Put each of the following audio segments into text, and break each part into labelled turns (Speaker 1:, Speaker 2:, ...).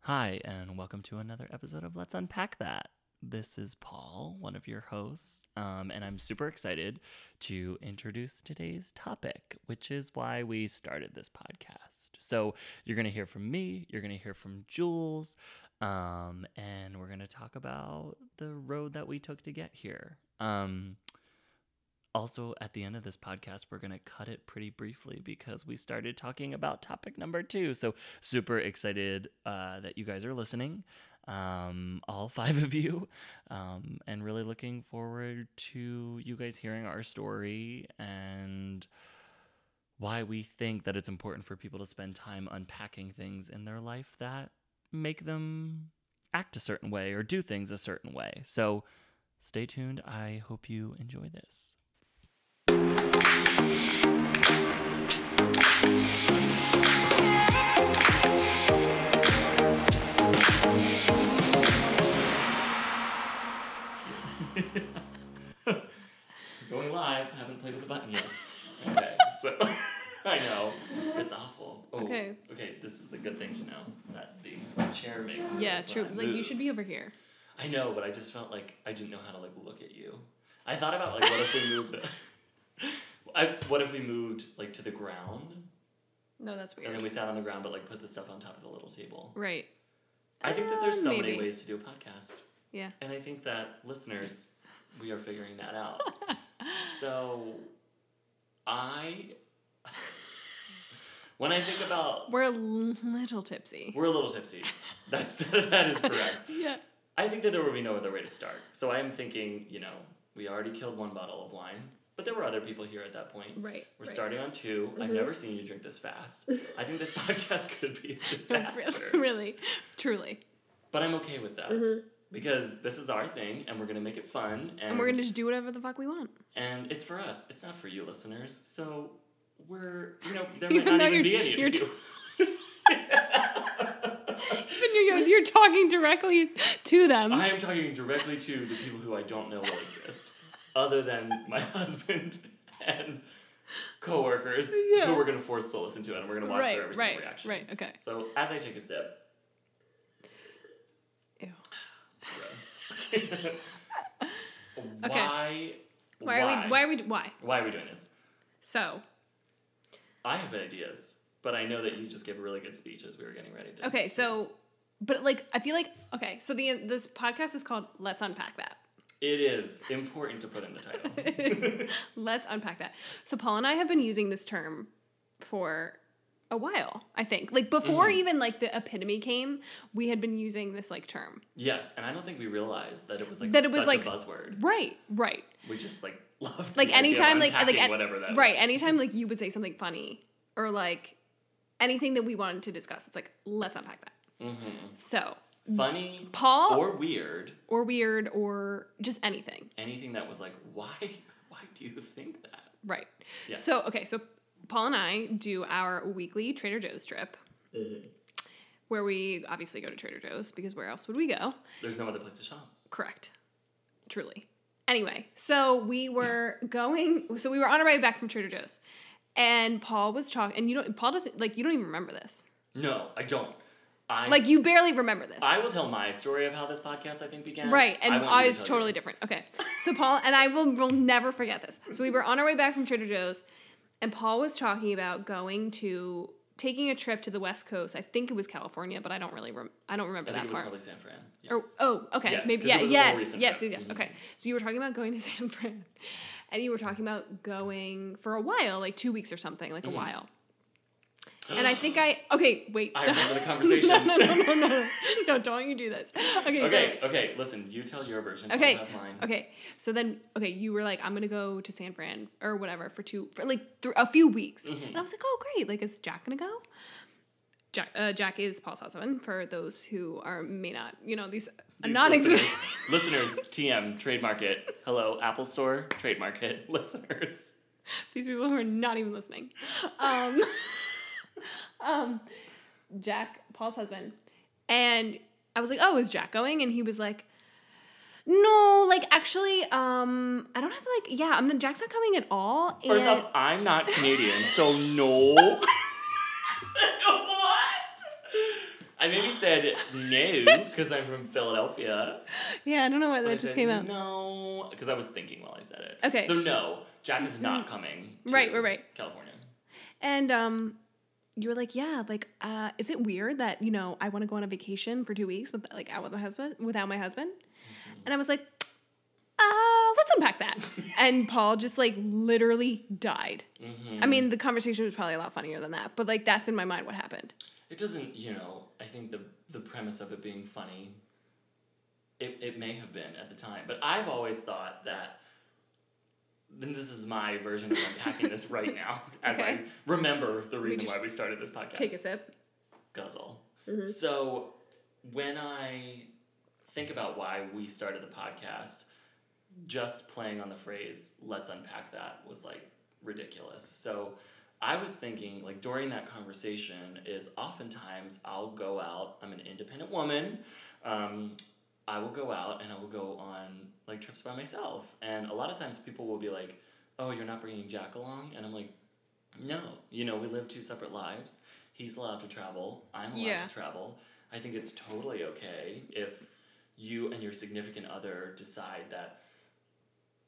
Speaker 1: Hi, and welcome to another episode of Let's Unpack That. This is Paul, one of your hosts, um, and I'm super excited to introduce today's topic, which is why we started this podcast. So, you're going to hear from me, you're going to hear from Jules, um, and we're going to talk about the road that we took to get here. Um, also, at the end of this podcast, we're going to cut it pretty briefly because we started talking about topic number two. So, super excited uh, that you guys are listening, um, all five of you, um, and really looking forward to you guys hearing our story and why we think that it's important for people to spend time unpacking things in their life that make them act a certain way or do things a certain way. So, stay tuned. I hope you enjoy this. Going live, haven't played with the button yet. Okay, so I know it's awful. Oh,
Speaker 2: Okay.
Speaker 1: Okay, this is a good thing to know that the chair makes.
Speaker 2: Yeah,
Speaker 1: noise
Speaker 2: true.
Speaker 1: when I
Speaker 2: Like you
Speaker 1: move.
Speaker 2: should be over here.
Speaker 1: I know, but I just felt like I didn't know how to like look at you. I thought about like what if we moved the, I, what if we moved like to the ground
Speaker 2: No, that's
Speaker 1: and
Speaker 2: weird.
Speaker 1: then we sat on the ground but like put the stuff on top of the little table.
Speaker 2: right.
Speaker 1: I think that there's
Speaker 2: Uh,
Speaker 1: so many
Speaker 2: maybe.
Speaker 1: ways to do a podcast.
Speaker 2: Yeah.
Speaker 1: And I think that listeners, we are figuring that out. so I when I think about
Speaker 2: We're a little tipsy.
Speaker 1: we're a little tipsy. That's that is correct.
Speaker 2: yeah.
Speaker 1: I think that there would be no other way to start. So I'm thinking, you know, we already killed one bottle of wine, but there were other people here at that point.
Speaker 2: Right.
Speaker 1: We're starting on 2 i I've
Speaker 2: Mhm.
Speaker 1: never seen you drink this fast. I think this podcast could be a disaster.
Speaker 2: really, truly,
Speaker 1: but I'm okay with that. Because this is our thing and we're gonna make it fun and,
Speaker 2: Mm-hmm. and we're gonna just do whatever the fuck we want.
Speaker 1: and it's for us. It's not for you listeners. So we're you know, there might
Speaker 2: Even
Speaker 1: not
Speaker 2: though
Speaker 1: even be
Speaker 2: you're-
Speaker 1: any
Speaker 2: you're
Speaker 1: of you.
Speaker 2: Even you're, you're talking directly to them.
Speaker 1: I am talking directly to the people who I don't know will exist, other than my husband and coworkers
Speaker 2: Yeah.
Speaker 1: who we're going to force to listen to it, and we're going to watch
Speaker 2: right.
Speaker 1: their every
Speaker 2: right.
Speaker 1: single reaction.
Speaker 2: Right. Okay.
Speaker 1: So as I take a sip,
Speaker 2: Ew.
Speaker 1: gross. Why?
Speaker 2: Why are we? Why are we? Why?
Speaker 1: Why are we doing this?
Speaker 2: So
Speaker 1: I have ideas, but I know that you just gave a really good speech as we were getting ready to.
Speaker 2: okay.
Speaker 1: do
Speaker 2: So, but like, I feel like okay. So the this podcast is called "Let's Unpack That."
Speaker 1: this. it is important to put in the title.
Speaker 2: Let's unpack that. So Paul and I have been using this term for a while, I think. Like before even like the epitome came, we had been using this like term.
Speaker 1: yes, and I don't think we realized that it was like
Speaker 2: That it was,
Speaker 1: such a
Speaker 2: like,
Speaker 1: buzzword.
Speaker 2: Right, right.
Speaker 1: We just like love
Speaker 2: Like anytime like like an-
Speaker 1: whatever that
Speaker 2: right,
Speaker 1: was.
Speaker 2: anytime like you would say something funny or like anything that we wanted to discuss, it's like let's unpack that. So,
Speaker 1: Mm-hmm. funny
Speaker 2: Paul or,
Speaker 1: or weird
Speaker 2: weird or just anything.
Speaker 1: anything that was like why why do you think that
Speaker 2: Right.
Speaker 1: Yeah.
Speaker 2: So, okay, so Paul and I do our weekly Trader Joe's trip. where we obviously go to Trader Joe's because where else would we go?
Speaker 1: there's no other place to shop
Speaker 2: Correct. Truly. Anyway, so we were going so we were on our way back from Trader Joe's and Paul was talking and you don't Paul doesn't like you don't even remember this.
Speaker 1: no I don't I
Speaker 2: Like you barely remember this.
Speaker 1: I will tell my story of how this podcast I think began
Speaker 2: Right, and
Speaker 1: I want you to
Speaker 2: it's
Speaker 1: tell
Speaker 2: totally
Speaker 1: yours.
Speaker 2: different. Okay, so Paul and I will will never forget this. So we were on our way back from Trader Joe's, and Paul was talking about going to taking a trip to the West Coast. I think it was California, but I don't really rem- I don't remember
Speaker 1: I
Speaker 2: that
Speaker 1: think it was
Speaker 2: part.
Speaker 1: probably San Fran yes.
Speaker 2: Or, oh, okay.
Speaker 1: Yes,
Speaker 2: Maybe
Speaker 1: 'cause
Speaker 2: yeah,
Speaker 1: it was a more
Speaker 2: yes,
Speaker 1: recent Mm-hmm.
Speaker 2: yes, yes,
Speaker 1: trip.
Speaker 2: yes. Okay. So you were talking about going to San Fran, and you were talking about going for a while, like two weeks or something, like
Speaker 1: Mm-hmm.
Speaker 2: a while. And I think I okay. Wait,
Speaker 1: I
Speaker 2: stop.
Speaker 1: remember the conversation.
Speaker 2: no, no, no, no, no, no! Don't you do this. Okay. So,
Speaker 1: okay okay listen you tell your version
Speaker 2: Okay.
Speaker 1: I'll have mine
Speaker 2: Okay. So then, okay, you were like, I'm gonna go to San Fran or whatever for two, for like th- a few weeks,
Speaker 1: Mm-hmm.
Speaker 2: and I was like, oh great, like is Jack gonna go? Jack, uh, Jack is Paul's husband. For those who are may not, you know, these,
Speaker 1: These
Speaker 2: non-existent.
Speaker 1: listeners, listeners TM trademark it hello Apple Store trademark it listeners
Speaker 2: these people who are not even listening. Um, um, Jack, Paul's husband. And I was like, oh, is Jack going? And he was like, no, like actually, um, I don't have like, yeah, I'm not, Jack's not coming at all.
Speaker 1: First
Speaker 2: and-
Speaker 1: off, I'm not Canadian, so no. what? I I maybe said no because I'm from Philadelphia.
Speaker 2: Yeah, I don't know why
Speaker 1: But I
Speaker 2: that just
Speaker 1: said
Speaker 2: came out.
Speaker 1: No, because I was thinking while I said it.
Speaker 2: Okay. Mm.
Speaker 1: So no, Jack is not coming. to
Speaker 2: Right, right, right.
Speaker 1: California.
Speaker 2: And um, you were like, yeah, like, uh, is it weird that you know I want to go on a vacation for two weeks, but like out with my husband, without my husband?
Speaker 1: Mm-hmm.
Speaker 2: And I was like, uh, let's unpack that. and Paul just like literally died.
Speaker 1: hmm
Speaker 2: I mean, the conversation was probably a lot funnier than that, but like that's in my mind what happened.
Speaker 1: it doesn't. You know, I think the the premise of it being funny. It it may have been at the time, but I've always thought that. Then this is my version of unpacking this right now, as I
Speaker 2: Okay.
Speaker 1: remember the reason why
Speaker 2: just
Speaker 1: we started this podcast.
Speaker 2: Take a sip.
Speaker 1: guzzle. So when I think about why we started the podcast, just playing on the phrase "let's unpack that" was like ridiculous. So I was thinking, like during that conversation, is oftentimes I'll go out. I'm an independent woman. Um, I will go out and I will go on like trips by myself, and a lot of times people will be like, "Oh, you're not bringing Jack along," and I'm like, no, you know, we live two separate lives. He's allowed to travel. I'm allowed
Speaker 2: Yeah.
Speaker 1: to travel. I think it's totally okay if you and your significant other decide that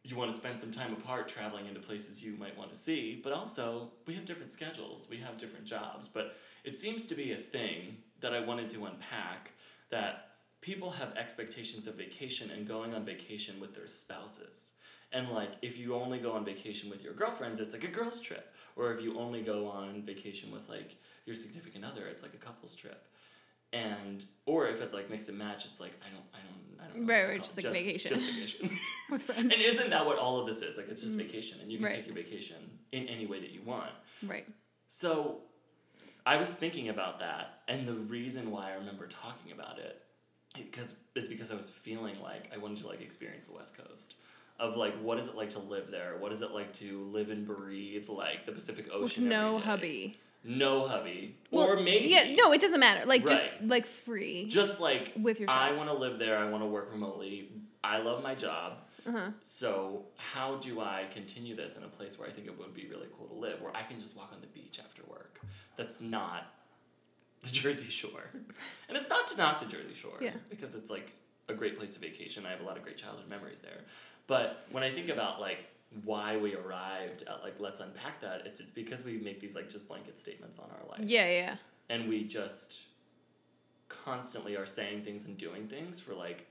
Speaker 1: you want to spend some time apart traveling into places you might want to see, but also we have different schedules, we have different jobs. But it seems to be a thing that I wanted to unpack that people have expectations of vacation and going on vacation with their spouses. And like, if you only go on vacation with your girlfriends, it's like a girls' trip. Or if you only go on vacation with like your significant other, it's like a couples trip. And or if it's like mix and match, it's like I don't, I don't, I don't. know what
Speaker 2: Right,
Speaker 1: to
Speaker 2: right,
Speaker 1: call
Speaker 2: just
Speaker 1: it.
Speaker 2: like vacation.
Speaker 1: Just vacation.
Speaker 2: With friends.
Speaker 1: and isn't that what all of this is? Like, it's just vacation, and you can
Speaker 2: Mm. Right.
Speaker 1: take your vacation in any way that you want.
Speaker 2: Right.
Speaker 1: So I was thinking about that, and the reason why I remember talking about it because is because I was feeling like I wanted to like experience the West Coast of like what is it like to live there? What is it like to live and breathe like the Pacific Ocean?
Speaker 2: With
Speaker 1: every
Speaker 2: no
Speaker 1: day?
Speaker 2: hubby.
Speaker 1: No hubby.
Speaker 2: Well,
Speaker 1: or maybe
Speaker 2: Yeah, no, it doesn't matter. Like just
Speaker 1: Right.
Speaker 2: like free.
Speaker 1: just like
Speaker 2: with yourself.
Speaker 1: I want to live there. I want to work remotely. I love my job.
Speaker 2: uh-huh.
Speaker 1: So how do I continue this in a place where I think it would be really cool to live, where I can just walk on the beach after work? That's not the Jersey Shore, and it's not to knock the Jersey Shore
Speaker 2: Yeah.
Speaker 1: because it's like a great place to vacation. I have a lot of great childhood memories there, but when I think about like why we arrived at like let's unpack that, it's just because we make these like just blanket statements on our life
Speaker 2: Yeah, yeah.
Speaker 1: and we just constantly are saying things and doing things for like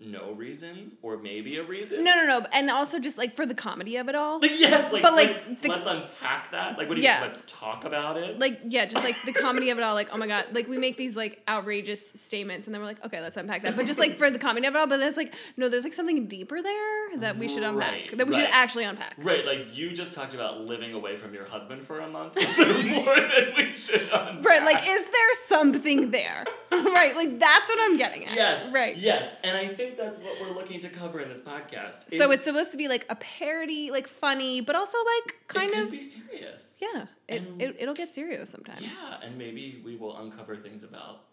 Speaker 1: no reason or maybe a reason.
Speaker 2: No, no, no. And also just like for the comedy of it all.
Speaker 1: Like, yes, like,
Speaker 2: But,
Speaker 1: like,
Speaker 2: like, the-
Speaker 1: let's unpack that. Like, what do you
Speaker 2: Yeah.
Speaker 1: mean? Let's talk about it.
Speaker 2: Like yeah, just like the comedy of it all. Like oh my god, like we make these like outrageous statements, and then we're like, okay, let's unpack that. But just like for the comedy of it all, but then it's like no, there's like something deeper there that we should unpack.
Speaker 1: Right,
Speaker 2: that we
Speaker 1: right.
Speaker 2: should actually unpack.
Speaker 1: right, like you just talked about living away from your husband for a month. Is there more than we should unpack?
Speaker 2: Right, like is there something there? right, like that's what I'm getting at.
Speaker 1: Yes.
Speaker 2: Right.
Speaker 1: Yes, and I think that's what we're looking to cover in this podcast.
Speaker 2: So
Speaker 1: is-
Speaker 2: it's supposed to be like a parody, like funny, but also like kind
Speaker 1: it could
Speaker 2: of
Speaker 1: be serious.
Speaker 2: yeah. It,
Speaker 1: And-
Speaker 2: it it'll get serious sometimes.
Speaker 1: Yeah, and maybe we will uncover things about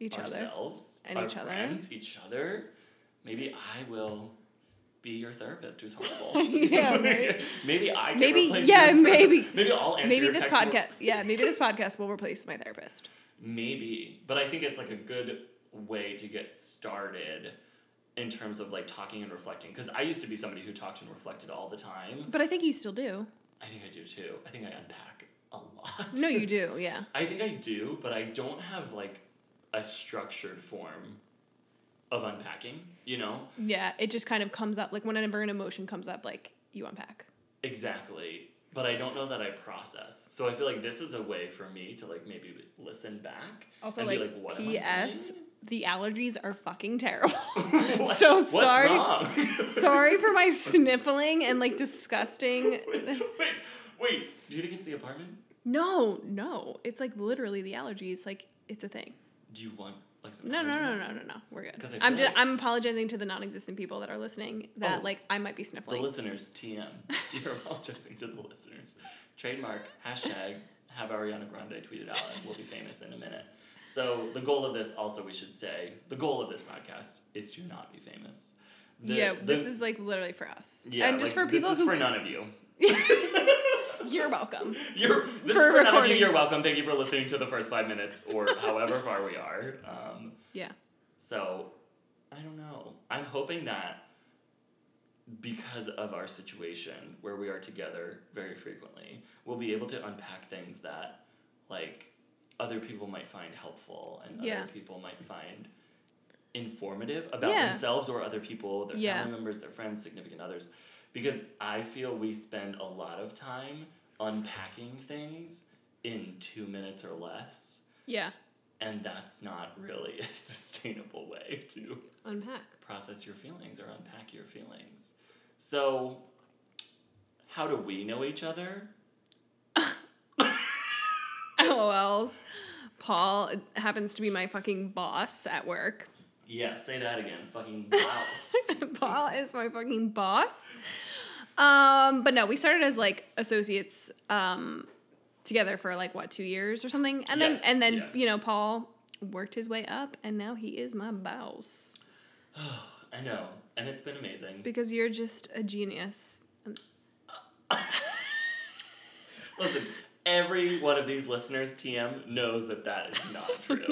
Speaker 2: Each other.
Speaker 1: ourselves
Speaker 2: And
Speaker 1: our
Speaker 2: each other.
Speaker 1: friends, each other. Maybe I will be your therapist, who's horrible.
Speaker 2: Yeah, right.
Speaker 1: maybe I. Can
Speaker 2: Maybe-
Speaker 1: replace
Speaker 2: yeah,
Speaker 1: you as therapist.
Speaker 2: maybe.
Speaker 1: Maybe I'll answer.
Speaker 2: Maybe
Speaker 1: your
Speaker 2: this
Speaker 1: text.
Speaker 2: podcast. Yeah, maybe this podcast will replace my therapist.
Speaker 1: Maybe, but I think it's like a good way to get started in terms of like talking and reflecting. Because I used to be somebody who talked and reflected all the time.
Speaker 2: But I think you still do.
Speaker 1: I think I do too. I think I unpack a lot.
Speaker 2: No, you do. Yeah.
Speaker 1: I think I do, but I don't have like a structured form of unpacking. You know.
Speaker 2: Yeah, it just kind of comes up like whenever an emotion comes up, like you unpack.
Speaker 1: Exactly. But I don't know that I process. So I feel like this is a way for me to like maybe listen back
Speaker 2: Also,
Speaker 1: and
Speaker 2: like,
Speaker 1: be like, what am I
Speaker 2: P.S.
Speaker 1: saying?
Speaker 2: The allergies are fucking terrible.
Speaker 1: What-
Speaker 2: So
Speaker 1: What's
Speaker 2: sorry.
Speaker 1: Wrong?
Speaker 2: Sorry for my sniffling and like disgusting.
Speaker 1: wait, wait, wait. Do you think it's the apartment?
Speaker 2: No, no, it's like literally the allergies. Like it's a thing.
Speaker 1: Do you want like some?
Speaker 2: No, no, no, no, no, no, no. We're good.
Speaker 1: 'Cause I
Speaker 2: I'm
Speaker 1: feel
Speaker 2: just,
Speaker 1: like-
Speaker 2: I'm apologizing to the non-existent people that are listening that
Speaker 1: Oh.
Speaker 2: like I might be
Speaker 1: The
Speaker 2: sniffling.
Speaker 1: listeners, TM. You're apologizing to the listeners. Trademark hashtag. Have Ariana Grande tweet it out, and we'll be famous in a minute. So the goal of this, also, we should say, the goal of this podcast is to not be famous. The-
Speaker 2: yeah,
Speaker 1: the-
Speaker 2: this is like literally for us.
Speaker 1: Yeah,
Speaker 2: and just
Speaker 1: like,
Speaker 2: for people
Speaker 1: this is
Speaker 2: who
Speaker 1: for none of you.
Speaker 2: You're welcome.
Speaker 1: You're this
Speaker 2: For
Speaker 1: is for none of you.
Speaker 2: recording.
Speaker 1: You're welcome. Thank you for listening to the first five minutes or however far we are. Um,
Speaker 2: Yeah.
Speaker 1: so I don't know. I'm hoping that because of our situation where we are together very frequently, we'll be able to unpack things that like other people might find helpful and
Speaker 2: Yeah.
Speaker 1: other people might find informative about
Speaker 2: Yeah.
Speaker 1: themselves or other people, their
Speaker 2: Yeah.
Speaker 1: family members, their friends, significant others. Because I feel we spend a lot of time unpacking things in two minutes or less.
Speaker 2: Yeah.
Speaker 1: And that's not really a sustainable way to
Speaker 2: Unpack.
Speaker 1: process your feelings or unpack your feelings. So, how do we know each other?
Speaker 2: LOLs. Paul happens to be my fucking boss at work.
Speaker 1: Yeah, say that again. Fucking mouse.
Speaker 2: Paul is my fucking boss. Um, but no, we started as like associates um, together for like what two years or something, and
Speaker 1: Yes,
Speaker 2: then and then
Speaker 1: yeah.
Speaker 2: you know Paul worked his way up, and now he is my boss
Speaker 1: I know, and it's been amazing.
Speaker 2: because you're just a genius.
Speaker 1: Listen, every one of these listeners, TM, knows that that is not true.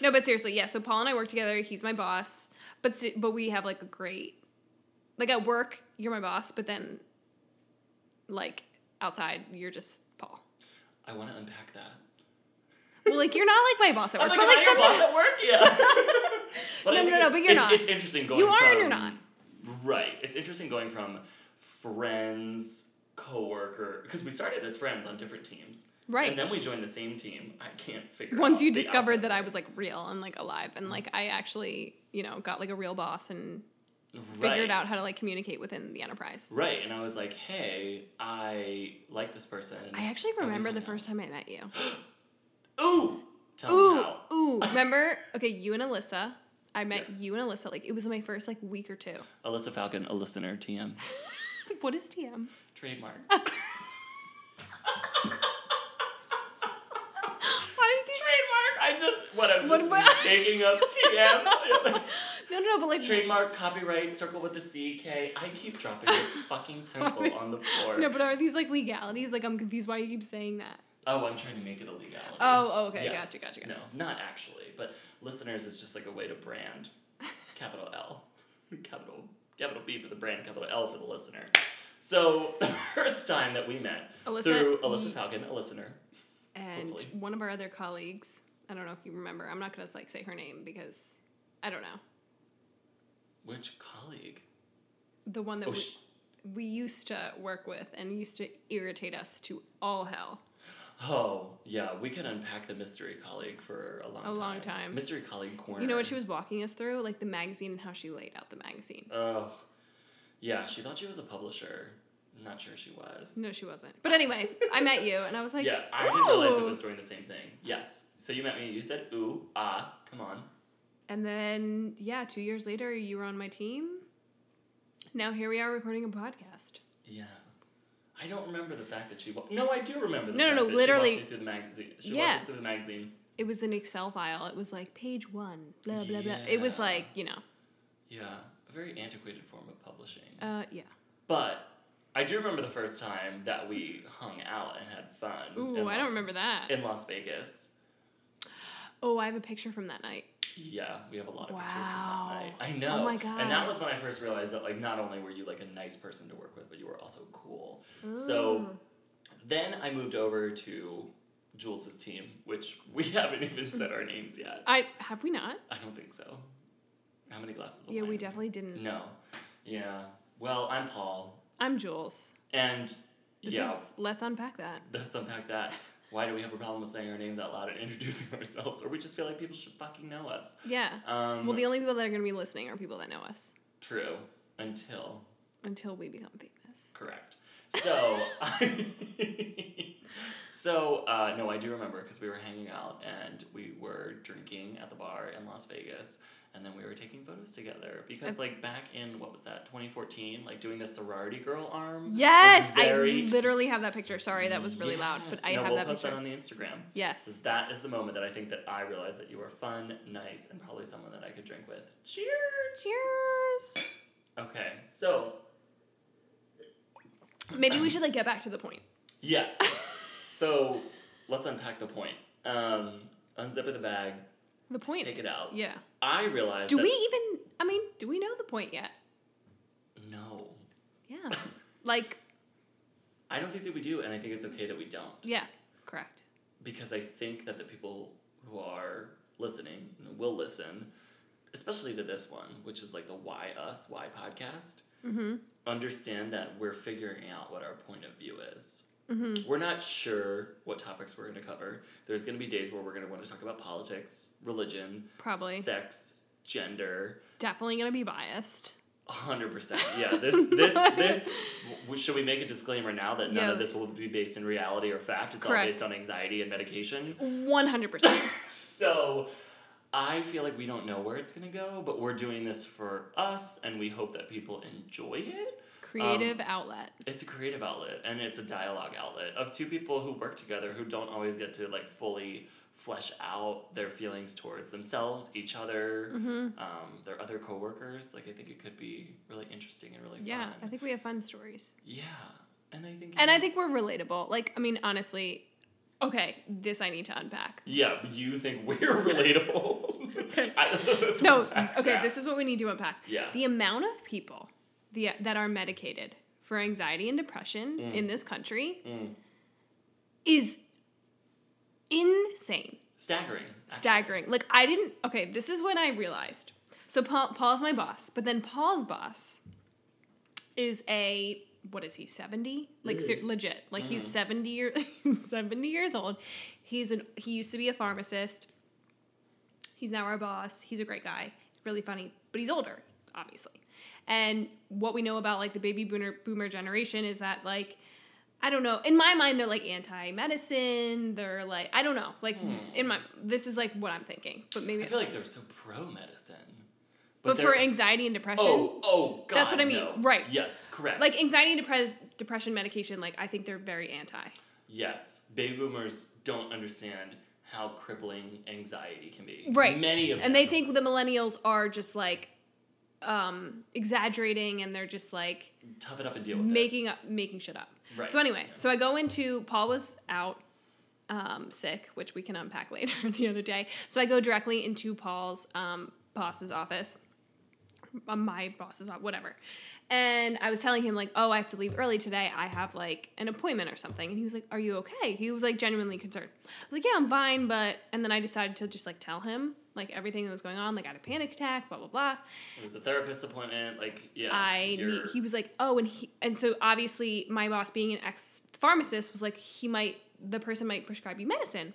Speaker 2: No, but seriously, yeah. So Paul and I work together. He's my boss, but s- but we have like a great, like at work you're my boss, but then like outside you're just Paul.
Speaker 1: I want to unpack that.
Speaker 2: Well, like you're not like my boss at
Speaker 1: I'm
Speaker 2: work,
Speaker 1: like,
Speaker 2: but
Speaker 1: am
Speaker 2: like
Speaker 1: I your
Speaker 2: sometimes
Speaker 1: boss at work? Yeah. but
Speaker 2: No,
Speaker 1: I
Speaker 2: no,
Speaker 1: think
Speaker 2: no,
Speaker 1: it's-
Speaker 2: but you're
Speaker 1: it's,
Speaker 2: not.
Speaker 1: It's interesting going
Speaker 2: you are
Speaker 1: from,
Speaker 2: and you're not.
Speaker 1: Right. It's interesting going from friends, coworker, because we started as friends on different teams.
Speaker 2: Right.
Speaker 1: And then we joined the same team. I can't figure
Speaker 2: once
Speaker 1: out
Speaker 2: you
Speaker 1: the
Speaker 2: discovered that I
Speaker 1: alphabet.
Speaker 2: was like real and like alive and like I actually, you know, got like a real boss and
Speaker 1: right.
Speaker 2: figured out how to like communicate within the enterprise.
Speaker 1: Right. And I was like, hey, I like this person.
Speaker 2: I actually remember the first time I met you.
Speaker 1: time. Ooh! Tell me
Speaker 2: Ooh,
Speaker 1: how.
Speaker 2: ooh, remember? Okay, you and Alyssa. I met
Speaker 1: Yes.
Speaker 2: you and Alyssa. Like it was my first like week or two.
Speaker 1: Alyssa Falcon, a listener, TM.
Speaker 2: what is TM?
Speaker 1: Trademark.
Speaker 2: Why did you-
Speaker 1: Trademark! I just, what, I'm
Speaker 2: What
Speaker 1: just
Speaker 2: am I-
Speaker 1: making up TM.
Speaker 2: No, no, no, but like
Speaker 1: Trademark, copyright, circle with the CK. I keep dropping this fucking pencil on the floor.
Speaker 2: no, but are these like legalities? Like I'm confused why you keep saying that.
Speaker 1: Oh, I'm trying to make it a legality.
Speaker 2: Oh, oh, okay, gotcha, gotcha, gotcha.
Speaker 1: No, not actually, but listeners is just like a way to brand. Capital L, capital capital B for the brand, capital L for the listener. So the first time that we met
Speaker 2: Alyssa,
Speaker 1: through
Speaker 2: ye-
Speaker 1: Alyssa Falcon, a listener.
Speaker 2: and
Speaker 1: Hopefully.
Speaker 2: one of our other colleagues i don't know if you remember i'm not going to like say her name because i don't know
Speaker 1: Which colleague?
Speaker 2: the one that
Speaker 1: Oh,
Speaker 2: we,
Speaker 1: sh-
Speaker 2: we used to work with and used to irritate us to all hell
Speaker 1: Oh yeah, we could unpack the mystery colleague for a long
Speaker 2: A
Speaker 1: time.
Speaker 2: long time.
Speaker 1: Mystery colleague corner.
Speaker 2: you know what she was walking us through like the magazine and how she laid out the magazine
Speaker 1: Oh, yeah. She thought she was a publisher. Not sure she was.
Speaker 2: no she wasn't but anyway i met you and i was like "Oh!"
Speaker 1: yeah, I didn't realize it
Speaker 2: "Ooh."
Speaker 1: was doing the same thing. Yes. So you met me. You said ooh ah. Come on.
Speaker 2: and then yeah two years later you were on my team now here we are recording a podcast
Speaker 1: Yeah. I don't remember the fact that she walked. No, I do remember the
Speaker 2: No, no,
Speaker 1: fact
Speaker 2: no,
Speaker 1: that
Speaker 2: literally-
Speaker 1: she walked me through the magazine. She
Speaker 2: Yeah.
Speaker 1: walked us through the magazine.
Speaker 2: it was an excel file it was like page one blah blah blah it was
Speaker 1: Yeah.
Speaker 2: like you know
Speaker 1: Yeah, a very antiquated form of publishing.
Speaker 2: uh yeah
Speaker 1: But I do remember the first time that we hung out and had fun. in
Speaker 2: Ooh, I don't
Speaker 1: Las-
Speaker 2: remember that.
Speaker 1: In Las Vegas.
Speaker 2: Oh, I have a picture from that night.
Speaker 1: Yeah, we have a lot of pictures from
Speaker 2: Wow. Oh
Speaker 1: that night. I know.
Speaker 2: my
Speaker 1: And that
Speaker 2: God.
Speaker 1: was when I first realized that like not only were you like a nice person to work with, but you were also cool. So
Speaker 2: Oh.
Speaker 1: then I moved over to Jules' team, which we haven't even said our names yet.
Speaker 2: I have we not?
Speaker 1: I don't think so. How many glasses of
Speaker 2: Yeah,
Speaker 1: wine?
Speaker 2: we definitely didn't.
Speaker 1: No. Yeah. Well, I'm Paul.
Speaker 2: I'm Jules.
Speaker 1: And
Speaker 2: This
Speaker 1: yeah,
Speaker 2: is let's unpack that.
Speaker 1: let's unpack that. Why do we have a problem with saying our names out loud and introducing ourselves? Or we just feel like people should fucking know us.
Speaker 2: Yeah.
Speaker 1: Um,
Speaker 2: Well, the only people that are going to be listening are people that know us
Speaker 1: true. Until
Speaker 2: until we become famous.
Speaker 1: Correct. So, so uh, no, I do remember because we were hanging out and we were drinking at the bar in Las Vegas, and then we were taking photos together because,
Speaker 2: And-
Speaker 1: like, back in what was that, twenty fourteen, like doing the sorority girl arm. was
Speaker 2: Yes,
Speaker 1: very-
Speaker 2: I literally have that picture. Sorry, that was really loud, but
Speaker 1: Yes.
Speaker 2: I
Speaker 1: no,
Speaker 2: have
Speaker 1: we'll
Speaker 2: that
Speaker 1: post
Speaker 2: picture.
Speaker 1: that on the Instagram.
Speaker 2: yes.
Speaker 1: That is the moment that I think that I realized that you are fun, nice, and probably someone that I could drink with. Cheers.
Speaker 2: Cheers.
Speaker 1: Okay, so
Speaker 2: Maybe we should like get back to the point.
Speaker 1: Yeah. so let's unpack the point. Um, unzip the bag,
Speaker 2: The point.
Speaker 1: take it out.
Speaker 2: Yeah.
Speaker 1: I realized.
Speaker 2: Do
Speaker 1: that-
Speaker 2: we even? I mean, do we know the point yet?
Speaker 1: No,
Speaker 2: Yeah. Like,
Speaker 1: I don't think that we do, and I think it's okay that we don't
Speaker 2: yeah. Correct.
Speaker 1: because I think that the people who are listening and will listen, especially to this one, which is like the Why Us Why podcast,
Speaker 2: Mm-hmm.
Speaker 1: understand that we're figuring out what our point of view is.
Speaker 2: Mm-hmm.
Speaker 1: We're not sure what topics we're going to cover. There's going to be days where we're going to want to talk about politics, religion,
Speaker 2: Probably.
Speaker 1: sex, gender.
Speaker 2: Definitely gonna be biased.
Speaker 1: Hundred percent. Yeah. This. This. this. W- should we make a disclaimer now that none
Speaker 2: Yeah.
Speaker 1: of this will be based in reality or fact? It's all
Speaker 2: Correct.
Speaker 1: based on anxiety and medication.
Speaker 2: One hundred percent.
Speaker 1: So, I feel like we don't know where it's gonna go, but we're doing this for us, and we hope that people enjoy it.
Speaker 2: Creative
Speaker 1: Um,
Speaker 2: outlet.
Speaker 1: It's a creative outlet, and it's a dialogue outlet of two people who work together who don't always get to like fully flesh out their feelings towards themselves, each other,
Speaker 2: Mm-hmm.
Speaker 1: um, their other coworkers. Like I think it could be really interesting and really
Speaker 2: Yeah,
Speaker 1: fun.
Speaker 2: I think we have fun stories.
Speaker 1: Yeah, and I think.
Speaker 2: And I
Speaker 1: you-
Speaker 2: think we're relatable. Like, I mean, honestly, okay, this I need to unpack.
Speaker 1: Yeah, but you think we're relatable. I, let's
Speaker 2: No,
Speaker 1: unpack
Speaker 2: okay,
Speaker 1: that.
Speaker 2: this is what we need to unpack.
Speaker 1: Yeah.
Speaker 2: The amount of people the, that are medicated for anxiety and depression in this country
Speaker 1: Mm.
Speaker 2: is insane,
Speaker 1: staggering.
Speaker 2: staggering. Like, I didn't, okay, this is when I realized. So, Paul, Paul's my boss, but then Paul's boss is a, what is he, 70? Like, ser- legit. Like, he's 70, year, 70 years old. He's an, he used to be a pharmacist. He's now our boss. He's a great guy. He's really funny, but he's older, obviously. And what we know about like the baby boomer boomer generation is that like I don't know. In my mind, they're like anti-medicine. They're like I don't know. Like in my this is like what I'm thinking, but maybe.
Speaker 1: Hmm. I feel like they're so pro medicine.
Speaker 2: but
Speaker 1: they're-
Speaker 2: for anxiety and depression,
Speaker 1: oh oh god,
Speaker 2: That's what I mean,
Speaker 1: no.
Speaker 2: right.
Speaker 1: Yes, correct.
Speaker 2: like anxiety and depres- depression medication, like I think they're very anti.
Speaker 1: yes, baby boomers don't understand how crippling anxiety can be.
Speaker 2: Right.
Speaker 1: many of them,
Speaker 2: And they think the millennials are just like um exaggerating and they're just like
Speaker 1: tough it up and deal with it.
Speaker 2: making up making shit up.
Speaker 1: Right.
Speaker 2: So anyway,
Speaker 1: Yeah.
Speaker 2: so I go into Paul was out um, sick, which we can unpack later the other day. So I go directly into Paul's um, boss's office, uh, my boss's office, whatever. And I was telling him like, oh, I have to leave early today. I have like an appointment or something. And he was like, are you okay? He was like genuinely concerned. I was like, yeah, I'm fine, but and then I decided to just like tell him like everything that was going on. Like I had a panic attack, blah blah blah.
Speaker 1: It was a therapist appointment. Like yeah,
Speaker 2: I need,
Speaker 1: you're-
Speaker 2: he was like, oh, and he and so obviously my boss being an ex pharmacist was like, he might the person might prescribe you medicine,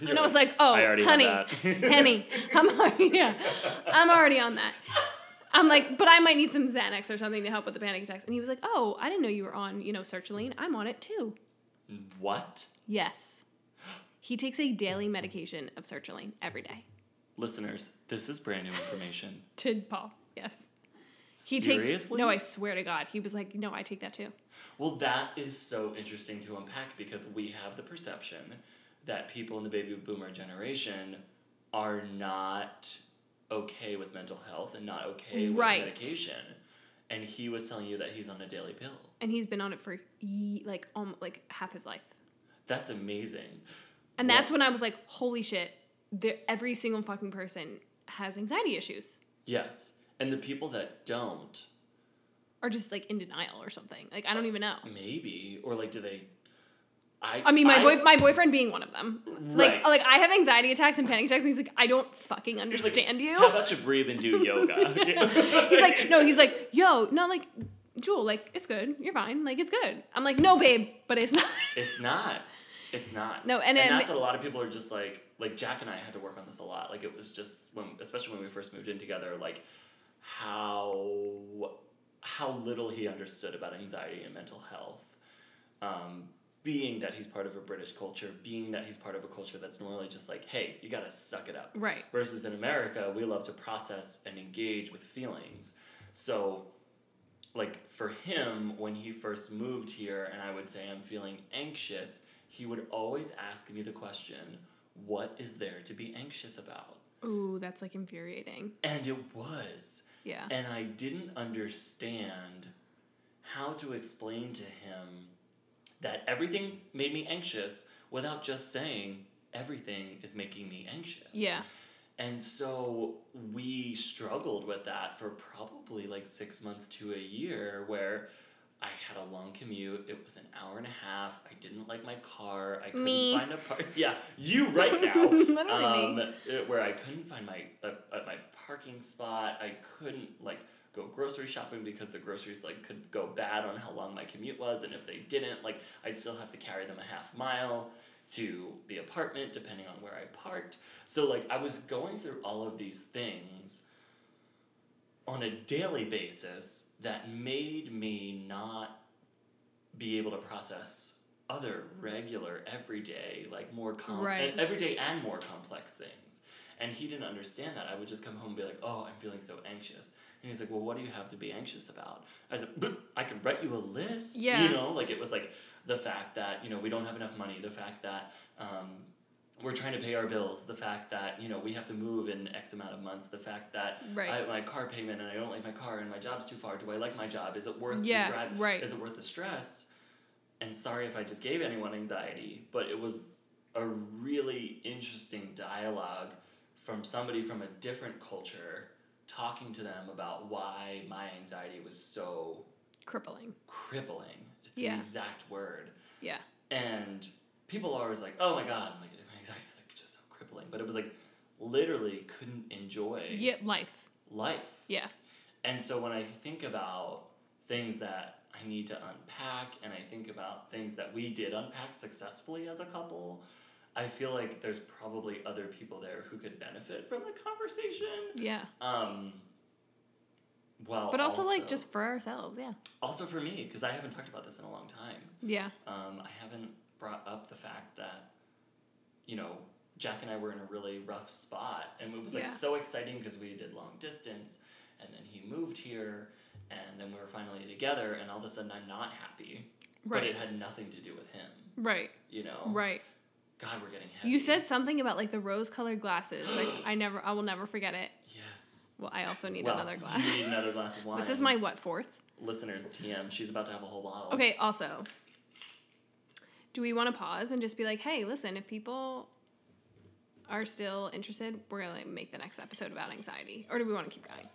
Speaker 1: you're
Speaker 2: and I was like, oh,
Speaker 1: I already
Speaker 2: honey,
Speaker 1: had that.
Speaker 2: honey, I'm already, yeah, I'm already on that. I'm like, but I might need some Xanax or something to help with the panic attacks. And he was like, oh, I didn't know you were on, you know, sertraline. I'm on it too.
Speaker 1: what?
Speaker 2: Yes, he takes a daily medication of sertraline every day.
Speaker 1: Listeners, this is brand new information.
Speaker 2: To Paul, yes, he
Speaker 1: Seriously?
Speaker 2: takes. No, I swear to God, he was like, no, I take that too.
Speaker 1: Well, that is so interesting to unpack because we have the perception that people in the baby boomer generation are not okay with mental health and not okay
Speaker 2: Right.
Speaker 1: with medication. And he was telling you that he's on a daily pill.
Speaker 2: and he's been on it for ye- like um, like half his life.
Speaker 1: That's amazing.
Speaker 2: And
Speaker 1: Yeah.
Speaker 2: that's when I was like, holy shit, there, every single fucking person has anxiety issues
Speaker 1: Yes. And the people that don't,
Speaker 2: or just like in denial or something. Like I don't even know.
Speaker 1: maybe, or like, do they? I,
Speaker 2: I mean, my boy, my boyfriend being one of them.
Speaker 1: Right.
Speaker 2: Like like I have anxiety attacks and panic attacks and he's like, I don't fucking
Speaker 1: He's like,
Speaker 2: understand
Speaker 1: How
Speaker 2: you.
Speaker 1: about you breathe and do yoga?
Speaker 2: He's like, no, he's like, yo, no, like Jewel, like it's good. You're fine. Like it's good. I'm like, no, babe, but it's not.
Speaker 1: It's not. It's not.
Speaker 2: No,
Speaker 1: and
Speaker 2: and then-
Speaker 1: that's what a lot of people are just like. Like Jack and I had to work on this a lot. Like it was just when, especially when we first moved in together, like how how little he understood about anxiety and mental health. Um, being that he's part of a British culture, being that he's part of a culture that's normally just like, hey, you gotta suck it up.
Speaker 2: right.
Speaker 1: Versus in America, we love to process and engage with feelings. So, like for him, when he first moved here and I would say I'm feeling anxious, he would always ask me the question, What is there to be anxious about?
Speaker 2: Ooh, that's like infuriating.
Speaker 1: And it was.
Speaker 2: Yeah.
Speaker 1: And I didn't understand how to explain to him that everything made me anxious without just saying everything is making me anxious.
Speaker 2: Yeah.
Speaker 1: And so we struggled with that for probably like six months to a year where I had a long commute. It was an hour and a half. I didn't like my car. I couldn't
Speaker 2: Me.
Speaker 1: find a park. Yeah, you right now.
Speaker 2: Literally
Speaker 1: um,
Speaker 2: me.
Speaker 1: it- Where I couldn't find my uh, uh, my parking spot. I couldn't like go grocery shopping because the groceries like could go bad on how long my commute was, and if they didn't, like I'd still have to carry them a half mile to the apartment depending on where I parked. So like I was going through all of these things on a daily basis that made me not be able to process other regular everyday like more com-
Speaker 2: Right.
Speaker 1: and everyday and more complex things and he didn't understand that i would just come home and be like oh i'm feeling so anxious and he's like well what do you have to be anxious about i was like "But i could write you a list
Speaker 2: Yeah.
Speaker 1: you know like it was like the fact that you know we don't have enough money the fact that um, we're trying to pay our bills the fact that you know we have to move in x amount of months the fact that
Speaker 2: Right.
Speaker 1: I, my car payment and i don't like my car and my job's too far do i like my job is it worth
Speaker 2: Yeah,
Speaker 1: the drive
Speaker 2: right.
Speaker 1: is it worth the stress and sorry if i just gave anyone anxiety but it was a really interesting dialogue from somebody from a different culture talking to them about why my anxiety was so
Speaker 2: Crippling.
Speaker 1: crippling it's
Speaker 2: Yeah.
Speaker 1: the exact word
Speaker 2: Yeah.
Speaker 1: and people are always like, "Oh my god!" I'm like my anxiety's like just so crippling. But it was like literally couldn't enjoy
Speaker 2: Yeah. Life.
Speaker 1: life.
Speaker 2: Yeah.
Speaker 1: And so when I think about things that I need to unpack, and I think about things that we did unpack successfully as a couple, I feel like there's probably other people there who could benefit from the conversation.
Speaker 2: Yeah.
Speaker 1: Um, well,
Speaker 2: But also, like just for ourselves. Yeah.
Speaker 1: also for me because I haven't talked about this in a long time.
Speaker 2: Yeah.
Speaker 1: Um, I haven't brought up the fact that, you know, Jack and I were in a really rough spot, and it was like
Speaker 2: Yeah.
Speaker 1: so exciting because we did long distance, and then he moved here, and then we were finally together, and all of a sudden I'm not happy, but
Speaker 2: Right.
Speaker 1: it Oh. had nothing to do with him,
Speaker 2: Right.
Speaker 1: you know.
Speaker 2: Right.
Speaker 1: God, we're getting heavy.
Speaker 2: You said something about like the rose-colored glasses. Like I never, I will never forget it.
Speaker 1: yes.
Speaker 2: Well, I also need
Speaker 1: Well,
Speaker 2: another glass.
Speaker 1: You need another glass of wine.
Speaker 2: This is my what fourth.
Speaker 1: listeners TM. She's about to have a whole bottle.
Speaker 2: Okay. Also, do we want to pause and just be like, hey, listen, if people are still interested, we're gonna like, make the next episode about anxiety, or do we want to keep going?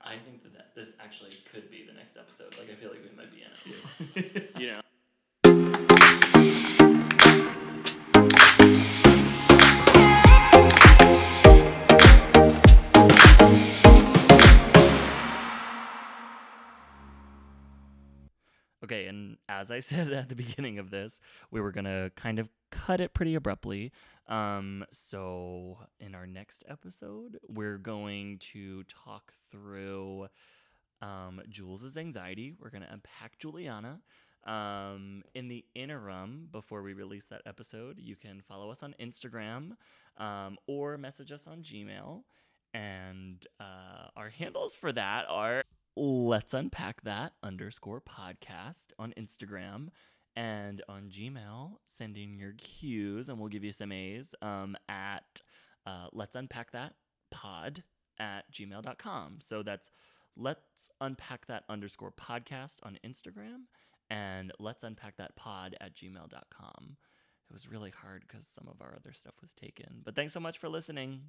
Speaker 1: I think that, that this actually could be the next episode. Like I feel like we might be in it. you know. Okay, and as I said at the beginning of this, we were gonna kind of cut it pretty abruptly. Um, so in our next episode, we're going to talk through um, Jules's anxiety. We're gonna unpack Juliana. Um, in the interim, before we release that episode, you can follow us on Instagram um, or message us on Gmail. And uh, our handles for that are let's unpack that underscore podcast on Instagram and on Gmail. Send in your cues and we'll give you some A's um, at uh, let's unpack that pod at gmail.com. So that's let's unpack that underscore podcast on Instagram and let's unpack that pod at gmail.com. It was really hard because some of our other stuff was taken. But thanks so much for listening.